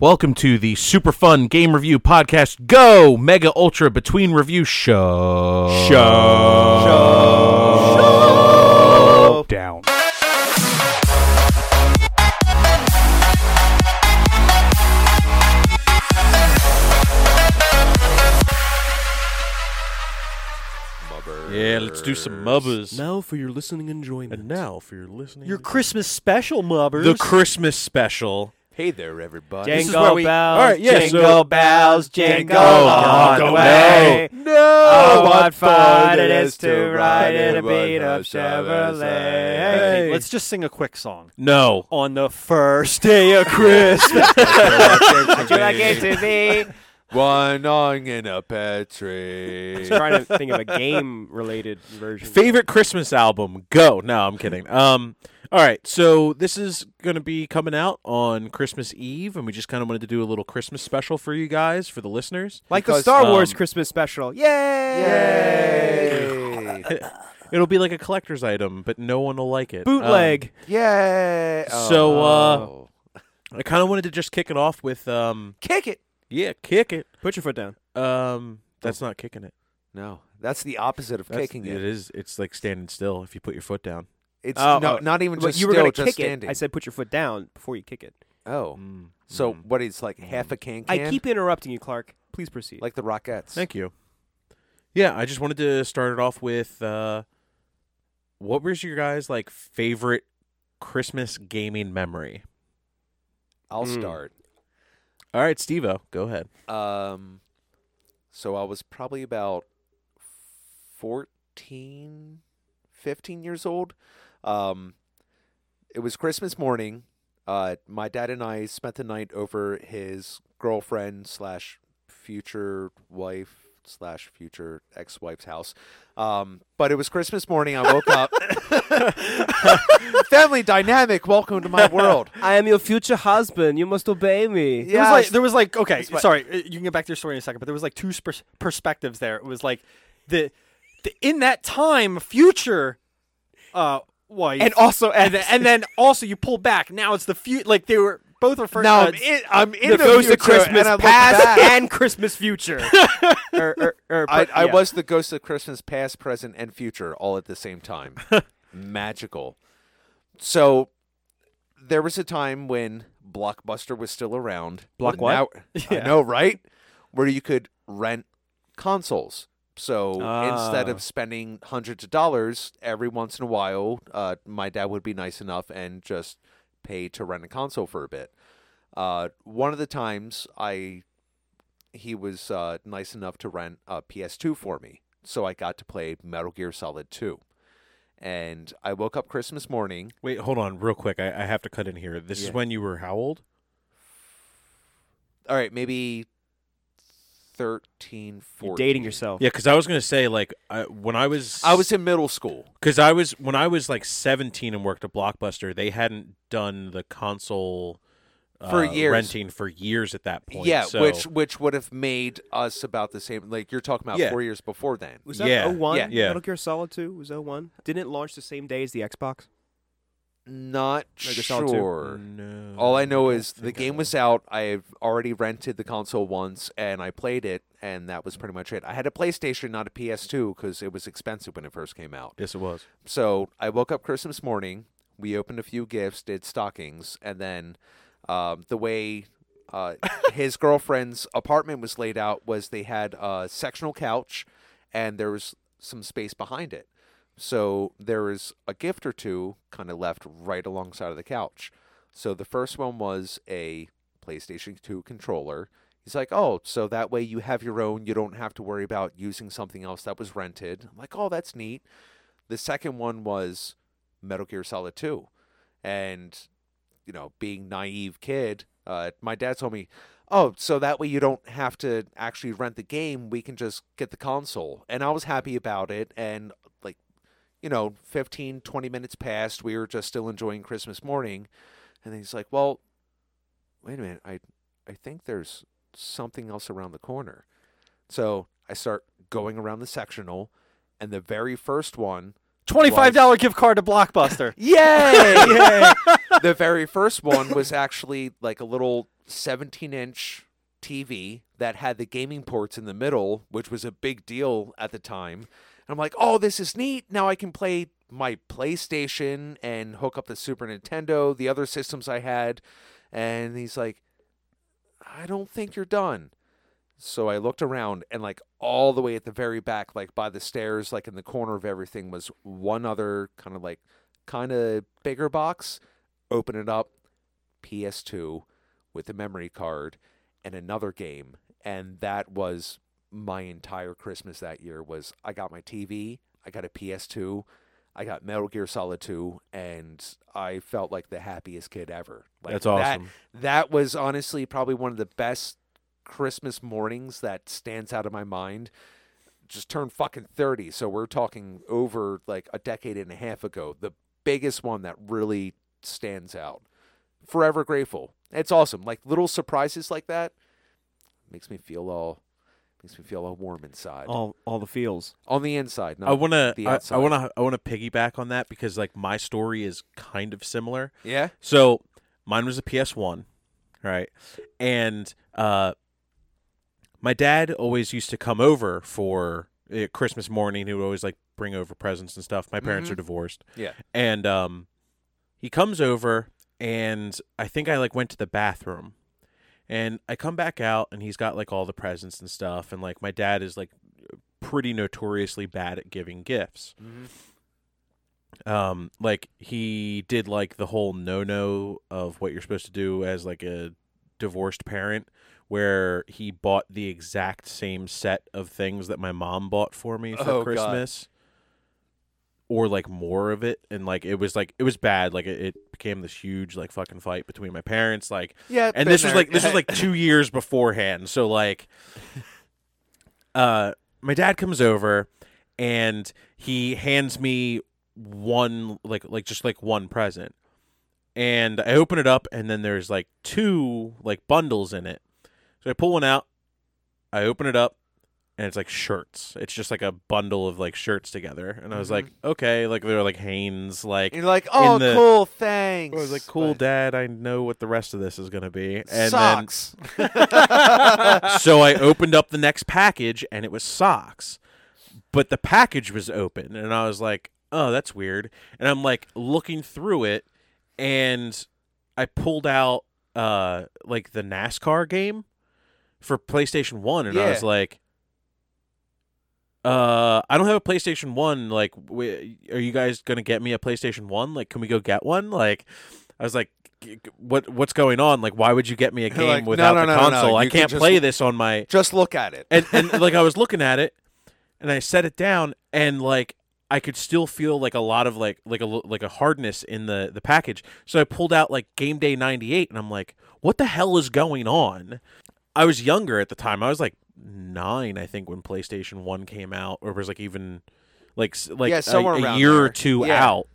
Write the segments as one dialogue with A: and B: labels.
A: Welcome to the super fun game review podcast. Go Mega Ultra Between Review Show. Show. Down.
B: Yeah, let's do some mubbers.
C: Now for your listening enjoyment.
B: And now for your listening.
D: Your Christmas special, mubbers.
B: the Christmas special.
E: Hey there, everybody.
B: This is
D: Jingle
B: where we-
D: bells,
B: All right, yeah,
D: jingle
B: so-
D: bells, jingle
B: Oh,
D: all the
B: no.
D: way.
B: No.
D: Oh, what fun it is to ride in a beat-up Chevrolet.
B: Hey.
D: Let's just sing a quick song.
B: No.
D: On the first day of Christmas, I gave to thee.
E: One on in a pet tree.
C: trying to think of a game related version.
B: Favorite Christmas album? Go. No, I'm kidding. Um all right, so this is going to be coming out on Christmas Eve, and we just kind of wanted to do a little Christmas special for you guys, for the listeners.
C: like
E: Because,
C: the Star Wars
B: um,
C: Christmas special. Yay!
E: Yay!
B: It'll be like a collector's item, but no one will like it. Um,
C: Bootleg.
E: Yay! Oh,
B: So, uh, I kind of wanted to just kick it off with, um,
E: kick it.
B: yeah, kick it.
C: Put your foot down.
B: Um, that's not kicking it.
E: No, that's the opposite of
B: That's-
E: kicking
B: It
E: it.
B: is. It's like standing still if you put your foot down.
E: It's
C: Oh,
E: no,
C: oh.
E: not even
C: But
E: just
C: you were
E: still,
C: gonna
E: just
C: kick
E: standing.
C: it. I said put your foot down before you kick it.
E: oh,
B: Mm,
E: so what? It's like half a can can.
C: I keep interrupting you, Clark. Please proceed.
E: like the Rockettes.
B: Thank you. Yeah, I just wanted to start it off with uh, what was your guys' like favorite Christmas gaming memory?
E: I'll
C: Mm.
E: start.
B: All right, Stevo, go ahead.
E: Um, so I was probably about 14, 15 years old. Um, it was Christmas morning. Uh, my dad and I spent the night over his girlfriend slash future wife slash future ex wife's house. Um, but it was Christmas morning. I woke up. Family dynamic. Welcome to my world.
C: I am your future husband. You must obey me.
D: There was
E: Yes.
D: like there was like okay,
E: what-
D: sorry, uh, you can get back to your story in a second, but there was like two pers- perspectives there. It was like the, the in that time future uh wife
E: And also,
D: and then, and then also you pull back. Now it's the future like they were both referring
E: now
D: uh,
E: I'm in, I'm in
D: the, goes
E: future,
D: to Christmas
E: and I look
D: past
E: back.
D: and Christmas future. Or- or- or-
E: I, I
D: yeah.
E: was the ghost of Christmas past, present, and future all at the same time. Magical. So there was a time when Blockbuster was still around.
C: Block
E: Now- I
D: Yeah.
E: know, right? Where you could rent consoles. So instead
C: Ah.
E: of spending hundreds of dollars every once in a while, uh, my dad would be nice enough and just pay to rent a console for a bit. Uh, one of the times I he was uh, nice enough to rent a PS2 for me, so I got to play Metal Gear Solid 2. And I woke up Christmas morning,
B: Wait, hold on, real quick. I, I have to cut in here. This is
E: Yeah.
B: when you were how old?
E: all right, maybe 13, 14.
C: You're dating yourself.
B: Yeah, because I was gonna say like I, when I was
E: I was in middle school.
B: because I was when I was like 17 and worked at Blockbuster. They hadn't done the console
E: For
B: uh,
E: years.
B: renting for years at that point.
E: yeah,
B: so-
E: which which would have made us about the same. Like you're talking about
B: Yeah.
E: four years before then.
C: Was that
D: oh
B: Yeah.
C: 01?
E: Yeah.
B: Yeah.
C: Metal Gear Solid 2 was 01. Didn't it launch the same day as the Xbox?
E: Not
C: Metal Gear Solid 2.
E: sure.
B: No,
E: All I know
B: don't
E: is the
B: think I
E: game
B: know.
E: was out. I've already rented the console once, and I played it, and that was pretty much it. I had a PlayStation, not a PS2, because it was expensive when it first came out.
B: Yes, it was.
E: So I woke up Christmas morning. We opened a few gifts, did stockings, and then um, the way uh, his girlfriend's apartment was laid out was they had a sectional couch, and there was some space behind it. So there was a gift or two kind of left right alongside of the couch. So the first one was a PlayStation 2 controller. He's like, oh, so that way you have your own. You don't have to worry about using something else that was rented. I'm like, oh, that's neat. The second one was Metal Gear Solid 2. And, you know, being naive kid, uh, my dad told me, oh, so that way you don't have to actually rent the game. We can just get the console. And I was happy about it. And, like, you know, 15, 20 minutes passed. We were just still enjoying Christmas morning. And then he's like, well, wait a minute. I, I think there's something else around the corner. So I start going around the sectional. And the very first one
D: Twenty-five dollar gift card to Blockbuster.
E: Yay! the very first one was actually like a little 17 inch TV that had the gaming ports in the middle, which was a big deal at the time. And I'm like, oh, this is neat. Now I can play my PlayStation and hook up the Super Nintendo, the other systems I had. And he's like, I don't think you're done. So I looked around and like all the way at the very back, like by the stairs, like in the corner of everything was one other kind of like kind of bigger box. Open it up, PS2 with a memory card and another game. And that was my entire Christmas that year was I got my TV, I got a PS2, I got Metal Gear Solid 2 and I felt like the happiest kid ever. Like
B: That's
E: that-
B: awesome.
E: that was honestly probably one of the best Christmas mornings that stands out of my mind. Just turned fucking 30. So we're talking over like a decade and a half ago. The biggest one that really stands out. Forever grateful. It's awesome. Like little surprises like that makes me feel all makes me feel all warm inside.
C: All all the feels.
E: On the inside, not
B: Oh. I want to.
E: the
B: I,
E: outside.
B: I want to. I want to piggyback on that because like my story is kind of similar.
E: Yeah.
B: So mine was a PS1, right? And uh, my dad always used to come over for uh, Christmas morning. He would always like bring over presents and stuff. My parents
E: Mhm.
B: are divorced.
E: Yeah.
B: And um, he comes over, and I think I like went to the bathroom. And I come back out, and he's got like all the presents and stuff. And like my dad is like pretty notoriously bad at giving gifts
E: Mm-hmm.
B: um like he did like the whole no no of what you're supposed to do as like a divorced parent where he bought the exact same set of things that my mom bought for me for
E: Oh, God.
B: christmas or like more of it and like it was like it was bad like it, it became this huge like fucking fight between my parents like
E: Yeah.
B: and
E: been
B: this was
E: there.
B: like this was like two years beforehand so like uh my dad comes over and he hands me one like like just like one present and i open it up and then there's like two like bundles in it so i pull one out i open it up and it's like shirts it's just like a bundle of like shirts together and i was like okay like they're like haynes Mm-hmm. like
E: And you're like, oh,
B: the-
E: cool, thanks.
B: I was like, "Cool,
E: But-
B: Dad. I know what the rest of this is going to be." And
E: Socks.
B: then, so I opened up the next package, and it was socks, but the package was open, and I was like, "Oh, that's weird." And I'm like looking through it, and I pulled out uh like the NASCAR game for PlayStation One, and I was
E: Yeah.
B: like. Uh, I don't have a PlayStation One. Like, w- are you guys gonna get me a PlayStation One? Like, can we go get one? Like, I was like, "G- g- what what's going on? Like, why would you get me a
E: They're
B: game
E: like, "No,
B: without
E: no,
B: the
E: no, no, no.
B: console? I
E: You can
B: can't
E: just-
B: play this on my
E: Just look at it.
B: and and like I was looking at it, and I set it down, and like I could still feel like a lot of like like a l- like a hardness in the the package. So I pulled out like Game Day '98, and I'm like, what the hell is going on? I was younger at the time. I was like nine, I think, when PlayStation One came out, or was like even like s- like
E: Yeah,
B: a-
E: somewhere
B: a,
E: around
B: year
E: there.
B: or two
E: Yeah.
B: out.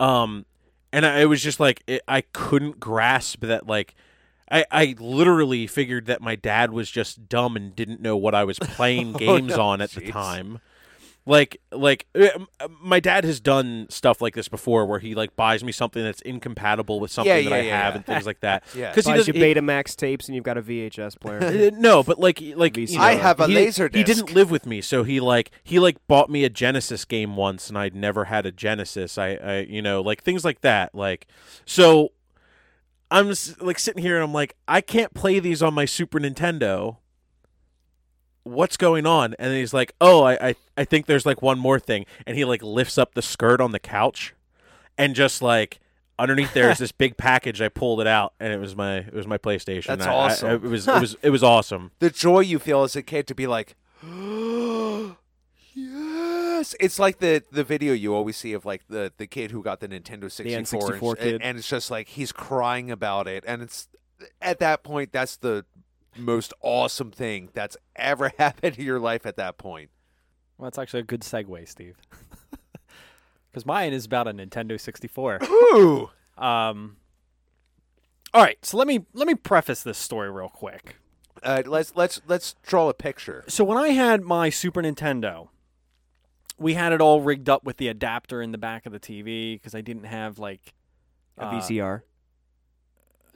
B: Um, and I, it was just like it, I couldn't grasp that like I, I literally figured that my dad was just dumb and didn't know what I was playing games on at the
E: Oh, jeez.
B: time. Like like uh, m- uh, my dad has done stuff like this before where he like buys me something that's incompatible with something that
E: yeah,
B: I
E: yeah,
B: have
E: yeah.
B: and things like that.
E: Yeah.
B: Cuz he
C: Buys
B: does
C: you Betamax tapes and you've got a VHS player.
B: uh, no, but like he- like you
C: VCR.
B: know,
E: I have a
B: he,
E: Laserdisc.
B: He didn't live with me, so he like he like bought me a Genesis game once, and I'd never had a Genesis. I, I you know like things like that. Like so, I'm s like sitting here and I'm like I can't play these on my Super Nintendo. What's going on? And then he's like, "Oh, I, I I think there's like one more thing." And he like lifts up the skirt on the couch, and just like underneath there is this big package. I pulled it out, and it was my it was my PlayStation.
E: That's
B: I- I-
E: awesome.
B: it was it was it was awesome.
E: the joy you feel as a kid to be like, yes. It's like the the video you always see of like the the kid who got the Nintendo sixty
C: N64
E: four, and,
C: kid.
E: and it's just like he's crying about it, and it's at that point that's the most awesome thing that's ever happened to your life at that point.
D: Well, that's actually a good segue, Steve. Because mine is about a Nintendo 64.
E: Ooh,
D: Um, all right, so let me let me preface this story real quick.
E: uh, let's let's let's draw a picture.
D: So when I had my Super Nintendo, we had it all rigged up with the adapter in the back of the TV because I didn't have like
C: a
D: uh,
C: VCR.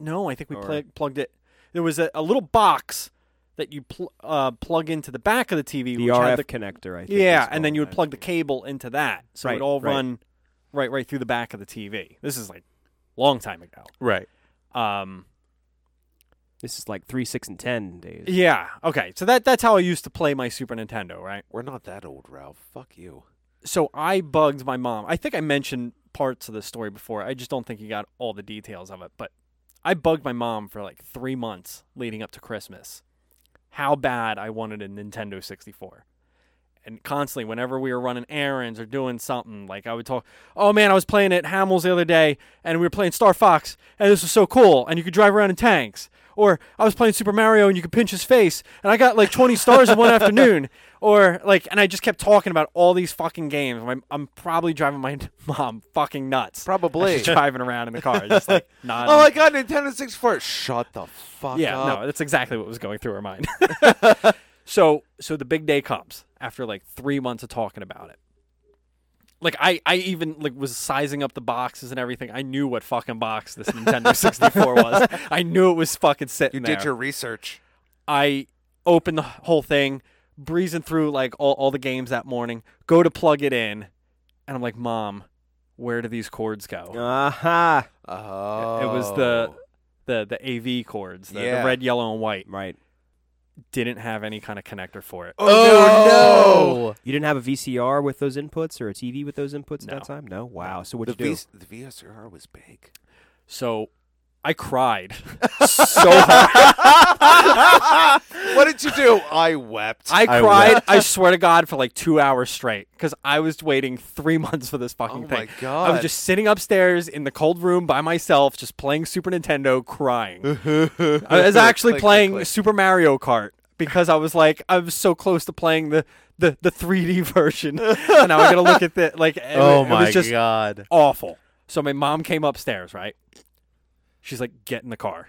D: No, I think we
C: Or-
D: pl- plugged it. there was a, a little box that you pl- uh, plug into the back of the
C: The
D: TV, which had
C: RF
D: the
C: connector, I think.
D: yeah,
C: it's
D: and then
C: called.
D: you would plug the cable into that, so
C: Right,
D: it all
C: right.
D: run right right through the back of the TV. This is like long time ago.
B: Right.
D: Um,
C: This is like three, six, and ten days.
D: yeah, okay, so that that's how I used to play my Super Nintendo, right?
E: We're not that old, Ralph. Fuck you.
D: So I bugged my mom. I think I mentioned parts of the story before. I just don't think you got all the details of it, but I bugged my mom for like three months leading up to Christmas. How bad I wanted a Nintendo 64. and constantly whenever we were running errands or doing something like i would talk oh man i was playing at hamels the other day and we were playing star fox and this was so cool and you could drive around in tanks or i was playing super mario and you could pinch his face and i got like 20 stars in one afternoon or like and i just kept talking about all these fucking games i'm, I'm probably driving my mom fucking nuts
E: Probably.
D: She's driving around in the car just like nodding
E: Oh my god, Nintendo 64. Shut the fuck
D: yeah,
E: up.
D: no, that's exactly what was going through her mind. so, so the big day comes after like three months of talking about it. Like I, I even like was sizing up the boxes and everything. I knew what fucking box this Nintendo 64 was. I knew it was fucking sitting
E: you
D: there.
E: did your research.
D: I opened the whole thing, breezing through like all, all the games that morning. Go to plug it in, and I'm like, Mom, where do these cords go?
C: Aha.
E: Oh.
D: It was the the the AV cords, the,
E: Yeah.
D: the red, yellow, and white.
C: Right.
D: Didn't have any kind of connector for it.
E: Oh,
C: You didn't have a VCR with those inputs or a TV with those inputs at
D: No.
C: that time? No. Wow. So what
E: The,
C: did you do?
E: VS the VSR was big.
D: So I cried so hard.
E: what did you do? I wept.
D: I
B: I
D: cried, I swear to God, for like two hours straight because I was waiting three months for this fucking
E: Oh my
D: thing. I was
E: God.
D: just sitting upstairs in the cold room by myself, just playing Super Nintendo, crying. I was actually
E: Click, click,
D: playing
E: click.
D: Super Mario Kart because I was like, I was so close to playing the, the, the 3D version. and now I'm going to look at the, like, it,
B: oh
D: it
B: my
D: was just
B: god.
D: awful. So my mom came upstairs, right? She's like, get in the car.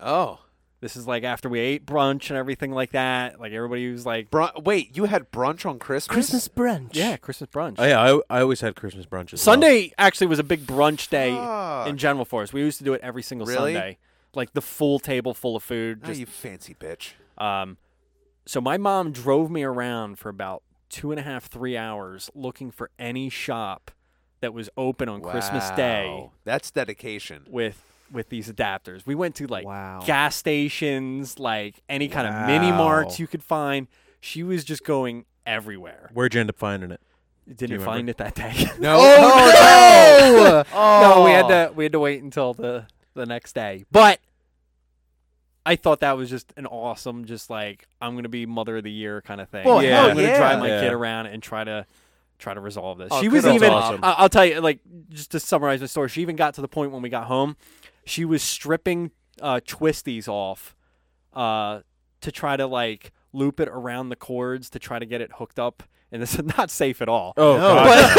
E: Oh.
D: This is like after we ate brunch and everything like that. Like everybody was like,
E: Bru- wait, you had brunch on Christmas?
C: brunch.
D: yeah, Christmas brunch.
B: Oh, yeah, I, I always had Christmas brunches.
D: Sunday actually was a big brunch day
E: Fuck.
D: in general for us. We used to do it every single
E: Ah. Really?
D: Sunday, like the full table full of food.
E: Oh,
D: Just
E: you fancy bitch.
D: um, so my mom drove me around for about two and a half, three hours looking for any shop that was open on Christmas Day
E: Wow. That's dedication.
D: with with these adapters. We went to like
C: Wow.
D: gas stations, like any kind of mini
B: Wow.
D: marts you could find. She was just going everywhere.
B: Where'd you end up finding it?
D: Didn't
B: you
D: find it that day.
E: No. Oh, no.
D: no, we had to we had to wait until the the next day. But I thought that was just an awesome, just like I'm gonna be mother of the year kind of thing.
E: Well,
B: Yeah. hell
D: I'm gonna drive
E: yeah.
D: my
B: Yeah.
D: kid around and try to try to resolve this.
E: Oh,
D: she
E: good
D: was
E: old
D: even.
E: Mom.
D: I- I'll tell you, like just to summarize the story, she even got to the point when we got home, she was stripping uh, twisties off uh, to try to like loop it around the cords to try to get it hooked up. And this is not safe at all.
B: Oh,
D: But-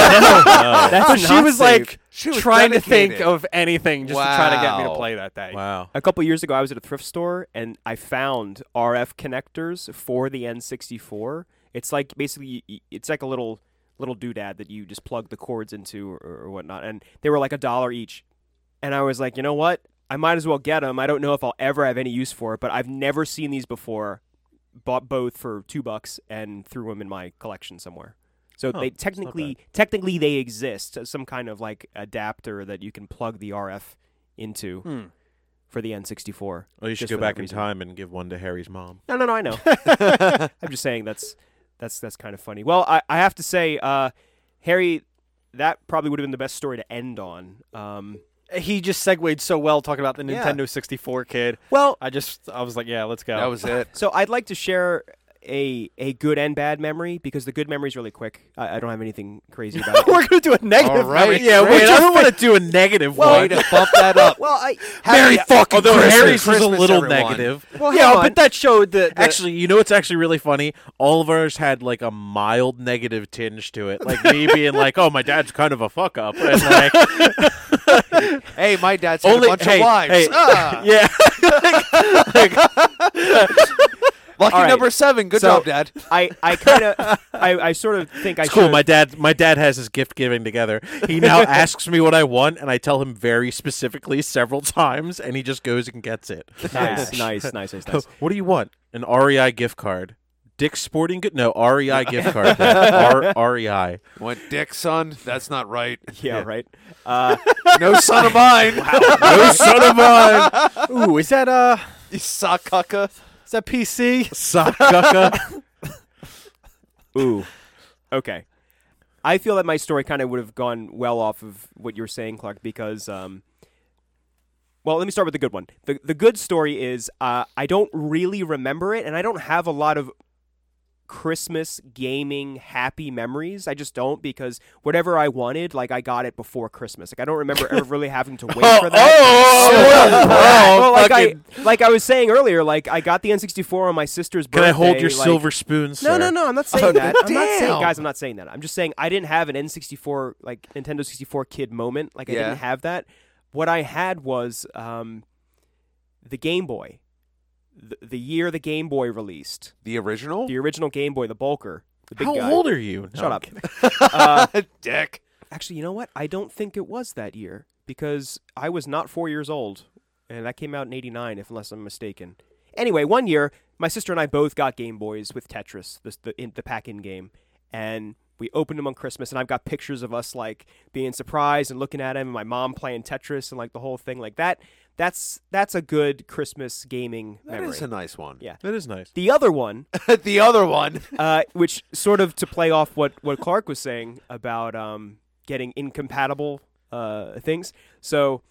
C: That's
D: but she
C: not
D: was
C: safe.
D: like
E: She was
D: trying to think
E: dedicated.
D: of anything just to try to get me to
E: Wow.
D: play that day.
B: wow.
C: A couple years ago, I was at a thrift store and I found RF connectors for the N64. It's like basically, y- it's like a little little doodad that you just plug the cords into or, or whatnot, and they were like a dollar each. And I was like, you know what? I might as well get them. I don't know if I'll ever have any use for it, but I've never seen these before. Bought both for two bucks and threw them in my collection somewhere. So
B: Huh,
C: they
B: that's not
C: technically, technically they exist. uh, Some kind of like adapter that you can plug the RF into
D: Hmm.
C: for the N64.
B: Oh, you should
C: Just
B: go
C: for that
B: back in
C: reason.
B: time and give one to Harry's mom.
C: No, no, no, I know. I'm just saying that's that's that's kind of funny. Well, I, I have to say, uh, Harry, that probably would have been the best story to end on. Um,
D: He just segued so well talking about the
E: Yeah.
D: Nintendo 64 kid.
C: well,
D: I just I was like, yeah, let's go.
E: That was it.
C: so I'd like to share a a good and bad memory because the good memory is really quick. I, I don't have anything crazy about it.
D: We're gonna do a negative.
E: All right,
D: memory.
E: Yeah, great. we
D: I
E: don't
D: want to do a negative
E: Way to bump that up.
C: Well, I
E: Merry fucking
B: Although
E: Christmas.
B: Harry's was a
E: Christmas,
B: little
E: everyone.
B: negative.
C: well,
D: yeah,
C: hang on.
D: but that showed that
B: Actually, you know what's actually really funny? All of ours had like a mild negative tinge to it. Like me being like, "Oh, my dad's kind of a fuck up," and like,
E: Hey, my dad's had
B: Only-
E: a bunch
B: hey,
E: of wives.
B: hey.
E: Ah.
B: yeah,
E: Lucky
C: All right.
E: number seven. Good
C: So-
E: job, Dad.
C: I, I kind of, I, I sort of think I
B: It's cool.
C: should-
B: My dad, my dad has his gift giving together. He now asks me what I want, and I tell him very specifically several times, and he just goes and gets it.
C: nice, nice, nice, nice, nice.
B: What do you want? An REI gift card. Dick's Sporting Good? No, REI gift card. Dad. R- E REI.
E: Went dick, son. That's not right.
C: Yeah, right. Uh,
E: No son of mine.
B: No son of mine.
D: Ooh, is that uh,
E: You suck, cucka.
D: is that PC?
B: Sock cucka.
C: ooh, okay. I feel that my story kind of would have gone well off of what you were saying, Clark, because, um, well, let me start with the good one. The the good story is uh, I don't really remember it, and I don't have a lot of Christmas gaming happy memories. I just don't because whatever I wanted, like I got it before Christmas. Like I don't remember ever really having to wait for that.
B: Oh,
E: Oh!
C: well, like I like I was saying earlier, like I got the N64 on my sister's
B: Can
C: birthday.
B: I hold your
C: like-
B: silver spoon, sir?
C: No, no, no. I'm not saying Oh, that. I'm not
E: damn.
C: saying, guys. I'm not saying that. I'm just saying I didn't have an N64 like Nintendo 64 kid moment. Like I
E: Yeah.
C: didn't have that. What I had was um, the Game Boy. The, the year the Game Boy released,
E: The original?
C: the original Game Boy, the bulker, the big
B: How
C: guy.
B: old are you? No,
C: Shut
B: I'm
C: up.
B: kidding.
C: Uh,
E: dick.
C: actually, you know what? I don't think it was that year because I was not four years old, and that came out in '89, if unless I'm mistaken. Anyway, one year, my sister and I both got Game Boys with Tetris, this, the in, the pack-in game, and we opened them on Christmas. And I've got pictures of us like being surprised and looking at them, and my mom playing Tetris and like the whole thing like that. That's that's a good Christmas gaming
E: That is
C: memory.
E: a nice one.
C: Yeah.
B: That is nice.
C: the other one
E: the other one.
C: uh, which sort of to play off what, what Clark was saying about um, getting incompatible uh, things. So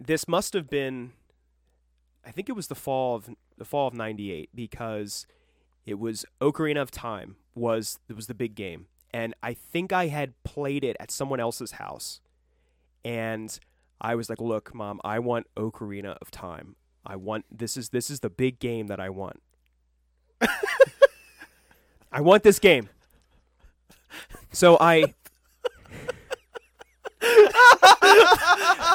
C: this must have been, I think it was the fall of the fall of '98 because it was Ocarina of Time was it was the big game, and I think I had played it at someone else's house, and I was like, "Look, mom, I want Ocarina of Time. I want this is this is the big game that I want." I want this game. So I.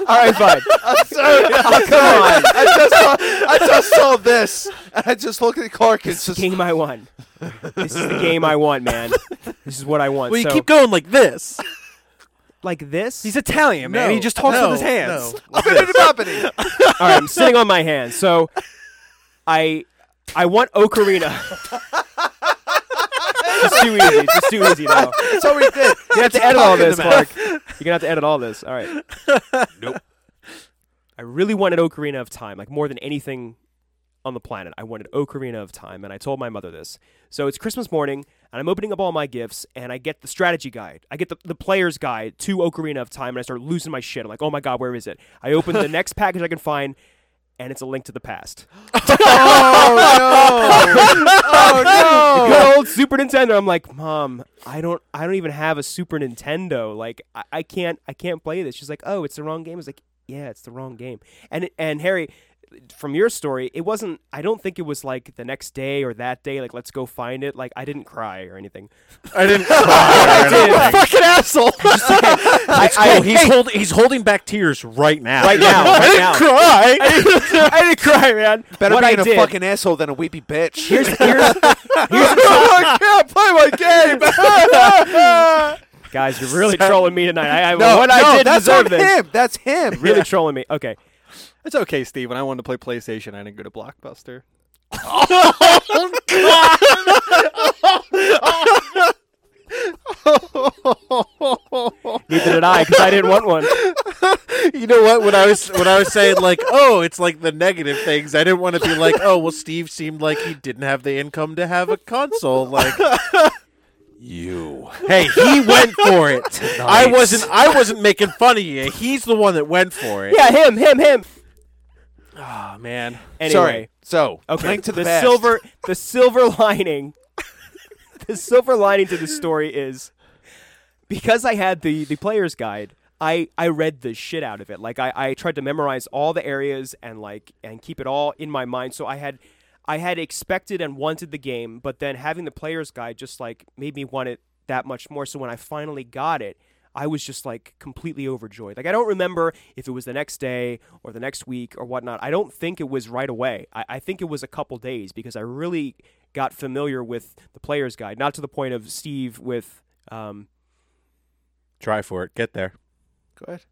C: All right, fine.
E: Oh, come on. I just, saw, I just saw this. I just looked at Clark and just.
C: Game I want. This is the game I want, man. This is what I want.
B: Well, you
C: so,
B: keep going like this.
C: like this.
D: He's Italian, man. he just talks
B: no,
D: with his hands.
B: no.
E: What is happening?
C: All right, I'm sitting on my hands. So, I, I want Ocarina. it's too easy. It's too easy now.
E: That's what we did.
C: You have to edit all
E: Talking
C: this,
E: to me.
C: Mark. You're gonna have to edit all this. All right.
E: Nope.
C: I really wanted Ocarina of Time, like more than anything on the planet. I wanted Ocarina of Time, and I told my mother this. So it's Christmas morning, and I'm opening up all my gifts, and I get the strategy guide. I get the, the player's guide to Ocarina of Time, and I start losing my shit. I'm like, oh my god, where is it? I open the next package I can find, and it's a link to the past.
E: Oh, no.
C: good old Super Nintendo. I'm like, Mom, I don't I don't even have a Super Nintendo. Like I, I can't I can't play this. She's like, Oh, it's the wrong game. I was like, Yeah, it's the wrong game. And it- and Harry, from your story, it wasn't I don't think it was like the next day or that day, like let's go find it. Like I didn't cry or anything.
B: I didn't. cry or anything.
D: Fucking asshole.
B: It's cool. He's holding. He's holding back tears right now.
C: Right now, right
B: I didn't
C: now.
B: cry.
C: I didn't cry, man.
E: Better
C: what
E: be
C: I
E: a
C: did,
E: fucking asshole than a weepy bitch.
C: here's here's
E: I can't play Oh my game.
C: guys, you're really trolling me tonight. I, I
E: no,
C: what
E: no,
C: I did
E: that's
C: deserve
E: on
C: this.
E: him. That's him.
C: Really trolling me. Okay.
D: It's okay, Steve. When I wanted to play PlayStation, I didn't go to Blockbuster.
C: Neither did I, because I didn't want one.
B: You know what? When I was when I was saying like, oh, it's like the negative things. I didn't want to be like, oh, well, Steve seemed like he didn't have the income to have a console. Like,
E: You.
B: hey, he went for it. I wasn't. I wasn't making fun of you. He's the one that went for it.
C: Yeah, him, him, him.
D: Oh man.
C: Anyway.
E: Sorry. So,
C: Okay.
E: link Ah, to the,
C: the
E: past.
C: silver the silver lining the silver lining to the story is because I had the the player's guide, I I read the shit out of it. Like I I tried to memorize all the areas and like and keep it all in my mind. So I had I had expected and wanted the game, but then having the player's guide just like made me want it that much more. So when I finally got it, I was just like completely overjoyed. Like I don't remember if it was the next day or the next week or whatnot. I don't think it was right away. I, I think it was a couple days because I really got familiar with the player's guide, not to the point of Steve with um,
B: Try for it. Get there.
E: Go ahead.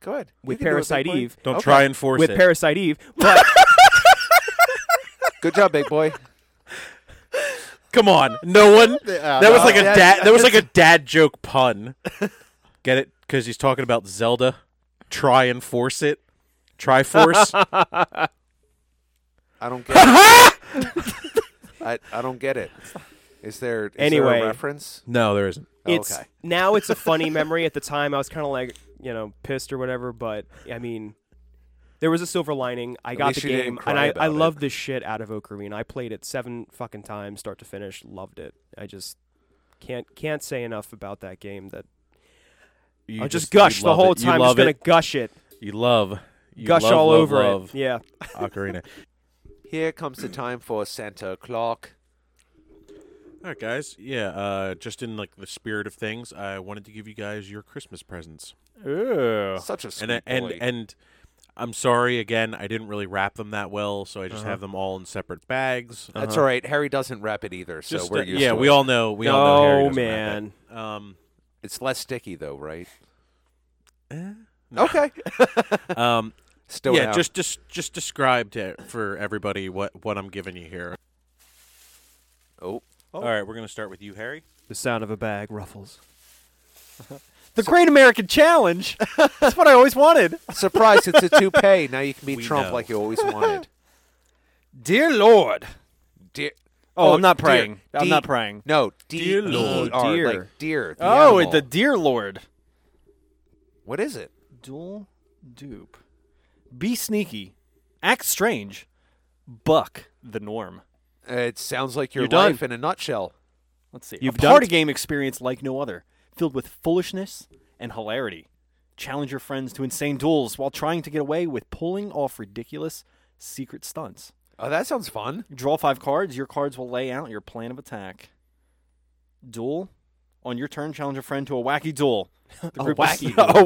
E: Go ahead. You
C: with
E: can do it, big
C: Parasite
E: boy.
C: Eve,
B: Don't
E: Okay.
B: try and force
C: with
B: it.
C: Parasite Eve, but
E: Good job, big boy.
B: Come on. No one.
E: Uh,
B: That was like a dad. That was like a dad joke pun. Get it? Because he's talking about Zelda. Try and force it. Try force.
E: I don't get it. I, I don't get it. Is there is there a
C: Anyway.
E: reference?
B: no, there isn't.
C: it's
E: Oh, Okay.
C: now it's a funny memory. At the time, I was kind of like you know pissed or whatever, but I mean. There was a silver lining. I got the
E: least you didn't
C: game,
E: cry
C: and I,
E: about
C: I
E: it.
C: loved the shit out of Ocarina. I played it seven fucking times, start to finish. Loved it. I just can't can't say enough about that game. That
B: You
C: I just,
B: you
C: gush the
B: love
C: whole
B: it. You
C: time. Just
B: love
C: gonna
B: it.
C: gush it,
B: You love. You
C: gush
B: love,
C: all
B: love,
C: over
B: love
C: it. Yeah,
B: Ocarina.
E: Here comes the time for Santa Clock.
B: All right, guys. Yeah. Uh, just in like the spirit of things, I wanted to give you guys your Christmas presents.
D: Ooh.
E: Such a sweet
B: and and
E: boy.
B: and I'm sorry again. I didn't really wrap them that well, so I
E: Uh-huh.
B: just have them all in separate bags.
E: That's all right. Harry doesn't rep it either, so
B: uh-huh. Just,
E: we're
B: uh,
E: used
B: yeah,
E: to
B: we
E: it.
B: all know. We all know. Harry
C: No,
B: doesn't wrap
C: Oh, man.
B: that. Um,
E: It's less sticky though, right?
B: No.
E: Okay.
B: Eh? um,
E: Still
B: yeah,
E: out.
B: just just just describe to, for everybody what what I'm giving you here.
E: oh.
B: All right, we're gonna start with you, Harry.
C: the sound of a bag ruffles.
D: The Great American Challenge. That's what I always wanted.
E: Surprise, it's a toupee. Now you can be
B: We
E: Trump
B: know.
E: like you always wanted.
D: Dear Lord.
E: Dear
D: Oh,
E: Oh,
D: I'm not
E: dear.
D: praying. I'm
E: D-
D: not praying.
E: no, D
B: Dear
E: E
B: Lord.
E: R,
C: Dear.
E: like deer. The
D: Oh,
E: animal.
D: the Dear Lord.
E: what is it?
D: Dual dupe. Be sneaky. Act strange. Buck the norm.
E: Uh, It sounds like your
C: You're done.
E: life in a nutshell.
D: Let's see.
C: You've
D: a
C: done
D: party
C: it.
D: game experience like no other, filled with foolishness and hilarity. Challenge your friends to insane duels while trying to get away with pulling off ridiculous secret stunts.
E: Oh, that sounds fun.
D: Draw five cards. Your cards will lay out your plan of attack. Duel. On your turn, challenge a friend to a wacky duel. The group
E: wacky
D: a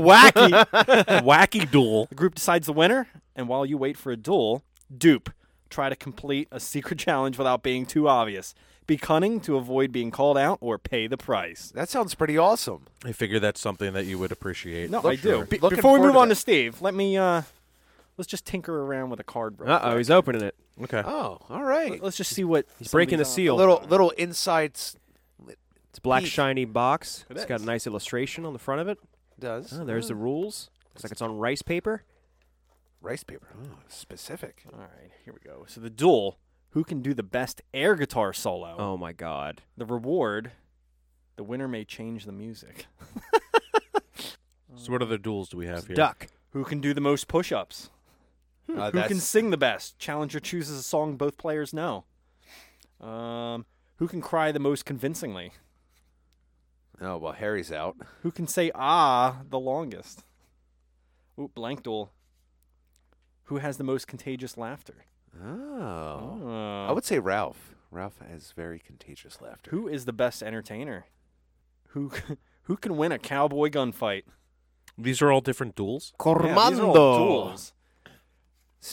D: wacky.
B: Wacky duel.
D: The group decides the winner, and while you wait for a duel, dupe. Try to complete a secret challenge without being too obvious. Be cunning to avoid being called out or pay the price.
E: That sounds pretty awesome.
B: I figure that's something that you would appreciate.
D: No,
E: Look-
D: I do. Be-
E: looking
D: before we
E: forward
D: move
E: to
D: on
E: that.
D: to Steve, let me uh let's just tinker around with a card. real
C: Uh oh,
D: quick.
C: he's opening it.
B: Okay.
E: Oh, all right.
D: Let's just see what he's
C: breaking the seal.
E: Little little insights
C: It's a black
E: Peak.
C: shiny box.
E: It
C: It has got a
E: is.
C: nice illustration on the front of it.
E: does
C: Oh, there's the rules. Looks like it's on rice paper.
E: rice paper. Oh, specific.
D: All right, here we go. So the duel, who can do the best air guitar solo?
C: Oh my god.
D: The reward, the winner may change the music.
B: So what other duels do we have here?
C: Duck.
D: Who can do the most push-ups?
E: Uh,
D: Hmm, who can
E: that's
D: sing the best? Challenger chooses a song both players know. Um, who can cry the most convincingly?
E: oh well, Harry's out.
D: Who can say ah the longest? Oop, blank duel. Who has the most contagious laughter?
E: Oh,
D: Uh,
E: I would say Ralph. Ralph has very contagious laughter.
D: who is the best entertainer? Who who can win a cowboy gunfight?
B: These are all different duels.
D: Yeah, these are all duels.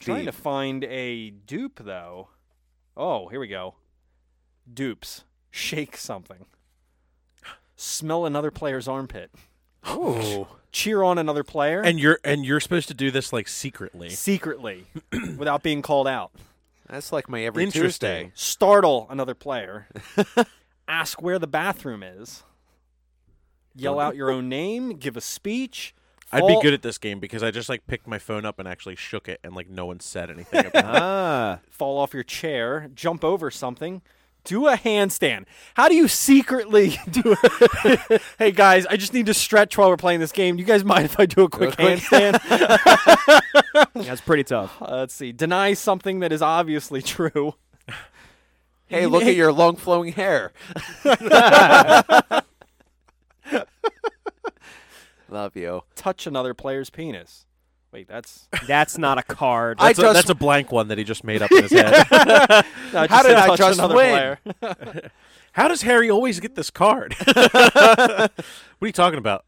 D: Trying to
E: Steve.
D: find a dupe though. Oh, here we go. Dupes. Shake something. Smell another player's armpit.
B: Oh.
D: Cheer on another player
B: And you're and you're supposed to do this like secretly.
D: secretly without being called out.
E: That's like my every
B: Interesting.
E: Tuesday.
D: startle another player, ask where the bathroom is, yell out your own name, give a speech.
B: I'd be
D: fall-
B: good at this game because I just like picked my phone up and actually shook it and like no one said anything about it.
C: ah.
D: fall off your chair, jump over something, do a handstand. How do you secretly do? A- hey guys, I just need to stretch while we're playing this game. You guys mind if I do a quick
E: quick.
D: handstand?
C: That's pretty tough.
D: Uh, let's see. Deny something that is obviously true.
E: Hey, look at your long flowing hair. Love you.
D: Touch another player's penis. Wait, that's
C: That's not a card.
E: I
B: That's, a,
E: just-
B: that's a blank one that he just made up in his head.
D: no, it
E: How did
D: just said
E: I
D: touch
E: just
D: another
E: win?
D: player.
B: How does Harry always get this card? what are you talking about?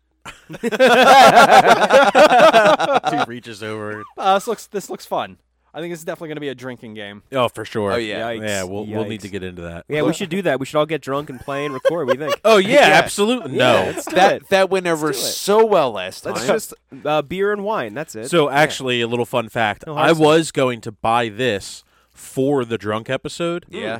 B: He reaches over.
D: Uh, this looks this looks fun. I think this is definitely going to be a drinking game.
B: Oh, for sure.
E: Oh, yeah.
C: Yikes.
B: Yeah, we'll, we'll need to
C: Yikes.
B: get into that.
C: Yeah, we should do that. We should all get drunk and play and record. What do you think?
B: Oh, yeah, absolutely. No.
C: let's do
E: that
C: it.
E: that went over
C: Let's do it.
E: so well last time.
C: Let's just uh, beer and wine. That's it.
B: So actually, a little fun fact:
C: No hard
B: I
C: stuff.
B: was going to buy this for the drunk episode.
E: Yeah.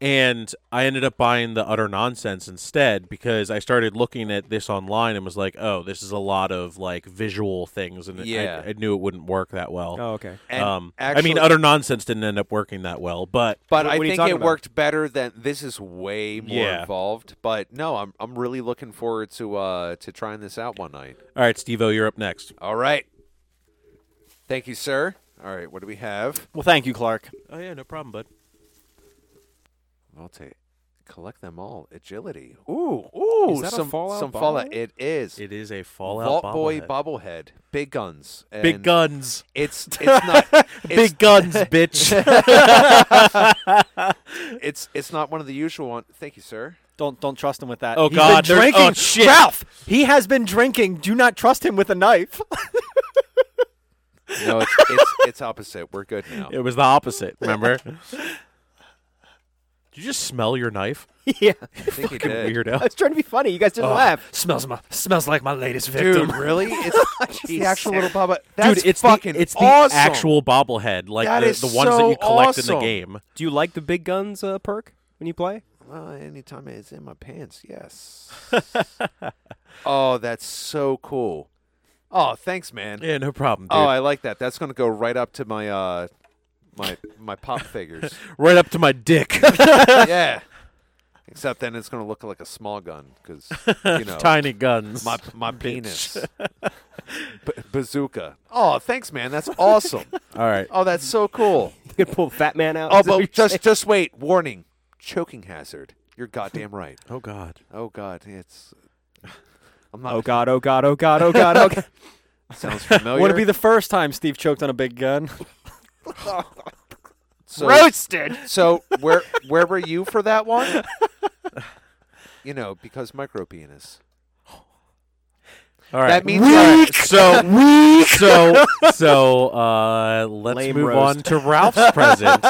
B: And I ended up buying the utter nonsense instead because I started looking at this online and was like, "Oh, this is a lot of like visual things," and I-
E: Yeah.
B: I, knew it wouldn't work that well.
C: oh, okay.
E: And
B: um, I
E: actually-
B: mean, utter nonsense didn't end up working that well, but
C: What-
E: But I
C: what are you
E: think it
C: talking about?
E: worked better than this is way more
B: Yeah.
E: involved. But no, I'm I'm really looking forward to uh to trying this out one night.
B: all right, Steve-O, you're up next.
E: All right. Thank you, sir. All right, what do we have?
D: Well, thank you, Clark.
B: Oh yeah, no problem, bud.
E: I'll take collect them all. Agility. Ooh, ooh,
C: Is that a
E: some
C: Fallout
E: some fallout.
C: bobblehead?
E: It is.
B: It is a Fallout
E: Vault Boy
B: bobblehead.
E: bobblehead. Big guns.
B: Big
E: And
B: guns,
E: It's it's not it's,
B: big guns, bitch.
E: it's it's not one of the usual one. Thank you, sir.
D: Don't don't trust him with that.
B: Oh,
D: He's
B: God,
D: been
B: there's-
D: drinking.
B: oh, shit.
D: Ralph, he has been drinking. Do not trust him with a knife.
E: No, it's it's, it's opposite. We're good now.
B: It was the opposite. Remember? Did you just smell your knife?
C: yeah,
E: I think he
B: Fucking
E: did.
C: I
B: weirdo.
C: was trying to be funny. You guys didn't laugh.
D: smells my smells like my latest
E: Dude, really? It's the actual little Bubba. That's
B: Dude, it's
E: fucking
B: the, it's
E: awesome.
B: the actual bobblehead, like
E: That
B: the,
E: is
B: the ones that you
E: so
B: collect in
E: awesome.
B: the game.
C: Do you like the big guns uh, perk when you play?
E: Uh, anytime it's in my pants, yes. oh, that's so cool. Oh, thanks, man.
B: Yeah, no problem, dude.
E: Oh, I like that. That's gonna go right up to my uh, my my pop figures.
B: right up to my dick,
E: yeah. Except then it's gonna look like a small gun because you know
B: tiny guns.
E: my my penis. B- bazooka. Oh, thanks, man. That's awesome.
B: All right,
E: Oh, that's so cool.
C: You could pull Fat Man out.
E: Oh,
C: Is that what you're
E: but just
C: saying?
E: just wait. Warning: choking hazard. You're goddamn right.
B: oh god,
E: Oh God, it's. I'm not.
C: oh god, oh god, oh god, oh god, oh god.
E: Sounds familiar.
D: Would it be the first time Steve choked on a big gun?
E: so,
C: Roasted.
E: So where where were you for that one? You know, because micro penis.
B: all right.
E: That means that-
B: so so so. Uh, let's
C: Lame
B: move
C: roast.
B: on to Ralph's present.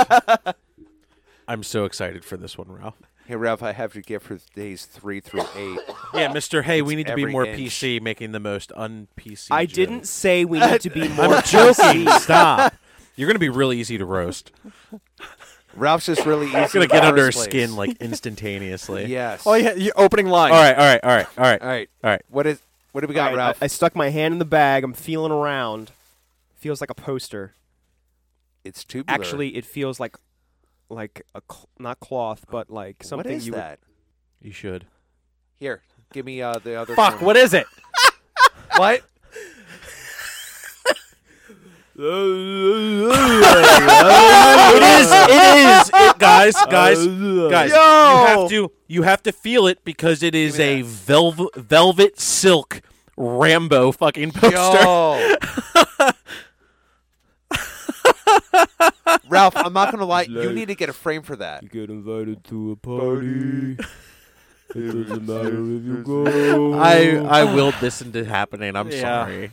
B: I'm so excited for this one, Ralph.
E: Hey Ralph, I have your gift for days three through eight.
B: Yeah, Mister. Hey, we need to be
E: every
B: more
E: inch.
B: PC, making the most un-PC.
C: I
B: joke.
C: didn't say we need to be more
B: I'm joking. Stop. You're gonna be really easy to roast.
E: Ralph's just really easy.
B: It's gonna
E: to
B: get under his
E: displace.
B: skin like eh? instantaneously.
E: Yes.
D: Oh yeah, your opening line.
B: All right. All right. All right. All right.
E: All right.
B: All right.
E: What is what do we got,
C: All right,
E: Ralph?
C: I, I stuck my hand in the bag. I'm feeling around. Feels like a poster.
E: it's tubular.
C: Actually, it feels like like a cl- not cloth, but like something
E: what is
C: you would-
E: that?
B: You should.
E: Here, give me uh, the other.
D: Fuck.
E: corner.
D: What is it?
E: What?
B: it is. It is. It, guys. Guys. Guys. You have to. You have to feel it because it is
E: me
B: a velvet velvet silk Rambo fucking poster.
E: Yo. Ralph, I'm not gonna lie. You need to get a frame for that.
C: get invited to a party. it doesn't matter if you go.
B: I I willed this into happening. I'm
D: Yeah.
B: sorry.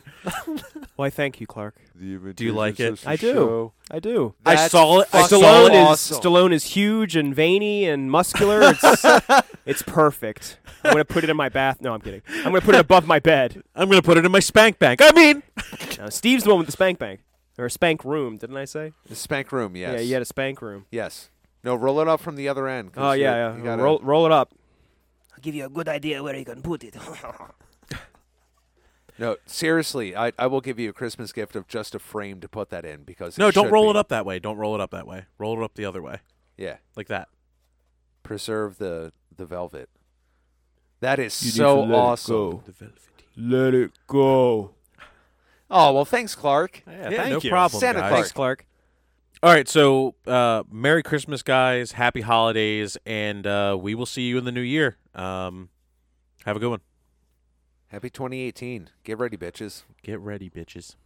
C: Why, thank you, Clark.
B: Do you like it?
C: I do. I do.
B: I saw it. I
E: fucking
B: saw
C: Stallone
B: it.
C: is
E: awesome.
C: Stallone is huge and veiny and muscular. It's, it's perfect. I'm gonna put it in my bath. No, I'm kidding. I'm gonna put it above my bed.
B: I'm gonna put it in my spank bank. I mean,
C: Now, Steve's the one with the spank bank or spank room, didn't I say?
E: The spank room, yes.
C: Yeah, you had a spank room.
E: Yes. No, roll it up from the other end. 'cause
C: Oh
E: you-
C: yeah,
E: you
C: yeah.
E: gotta-
C: Roll, roll it up.
F: I'll give you a good idea where you can put it.
E: No, seriously, I, I will give you a Christmas gift of just a frame to put that in because
B: no. Don't
E: should
B: roll it
E: be-
B: up that way. Don't roll it up that way. Roll it up the other way,
E: Yeah,
B: like that.
E: preserve the the velvet. That is so awesome.
B: The velvety.
C: Let it go.
E: Oh well, thanks, Clark.
B: Yeah,
D: thank
B: no
D: you.
B: problem,
E: Santa
B: guys.
E: Clark.
C: Thanks, Clark.
B: All right, so uh, Merry Christmas, guys. Happy holidays, and uh, we will see you in the new year. Um, have a good one.
E: Happy 2018. Get ready, bitches.
B: Get ready, bitches.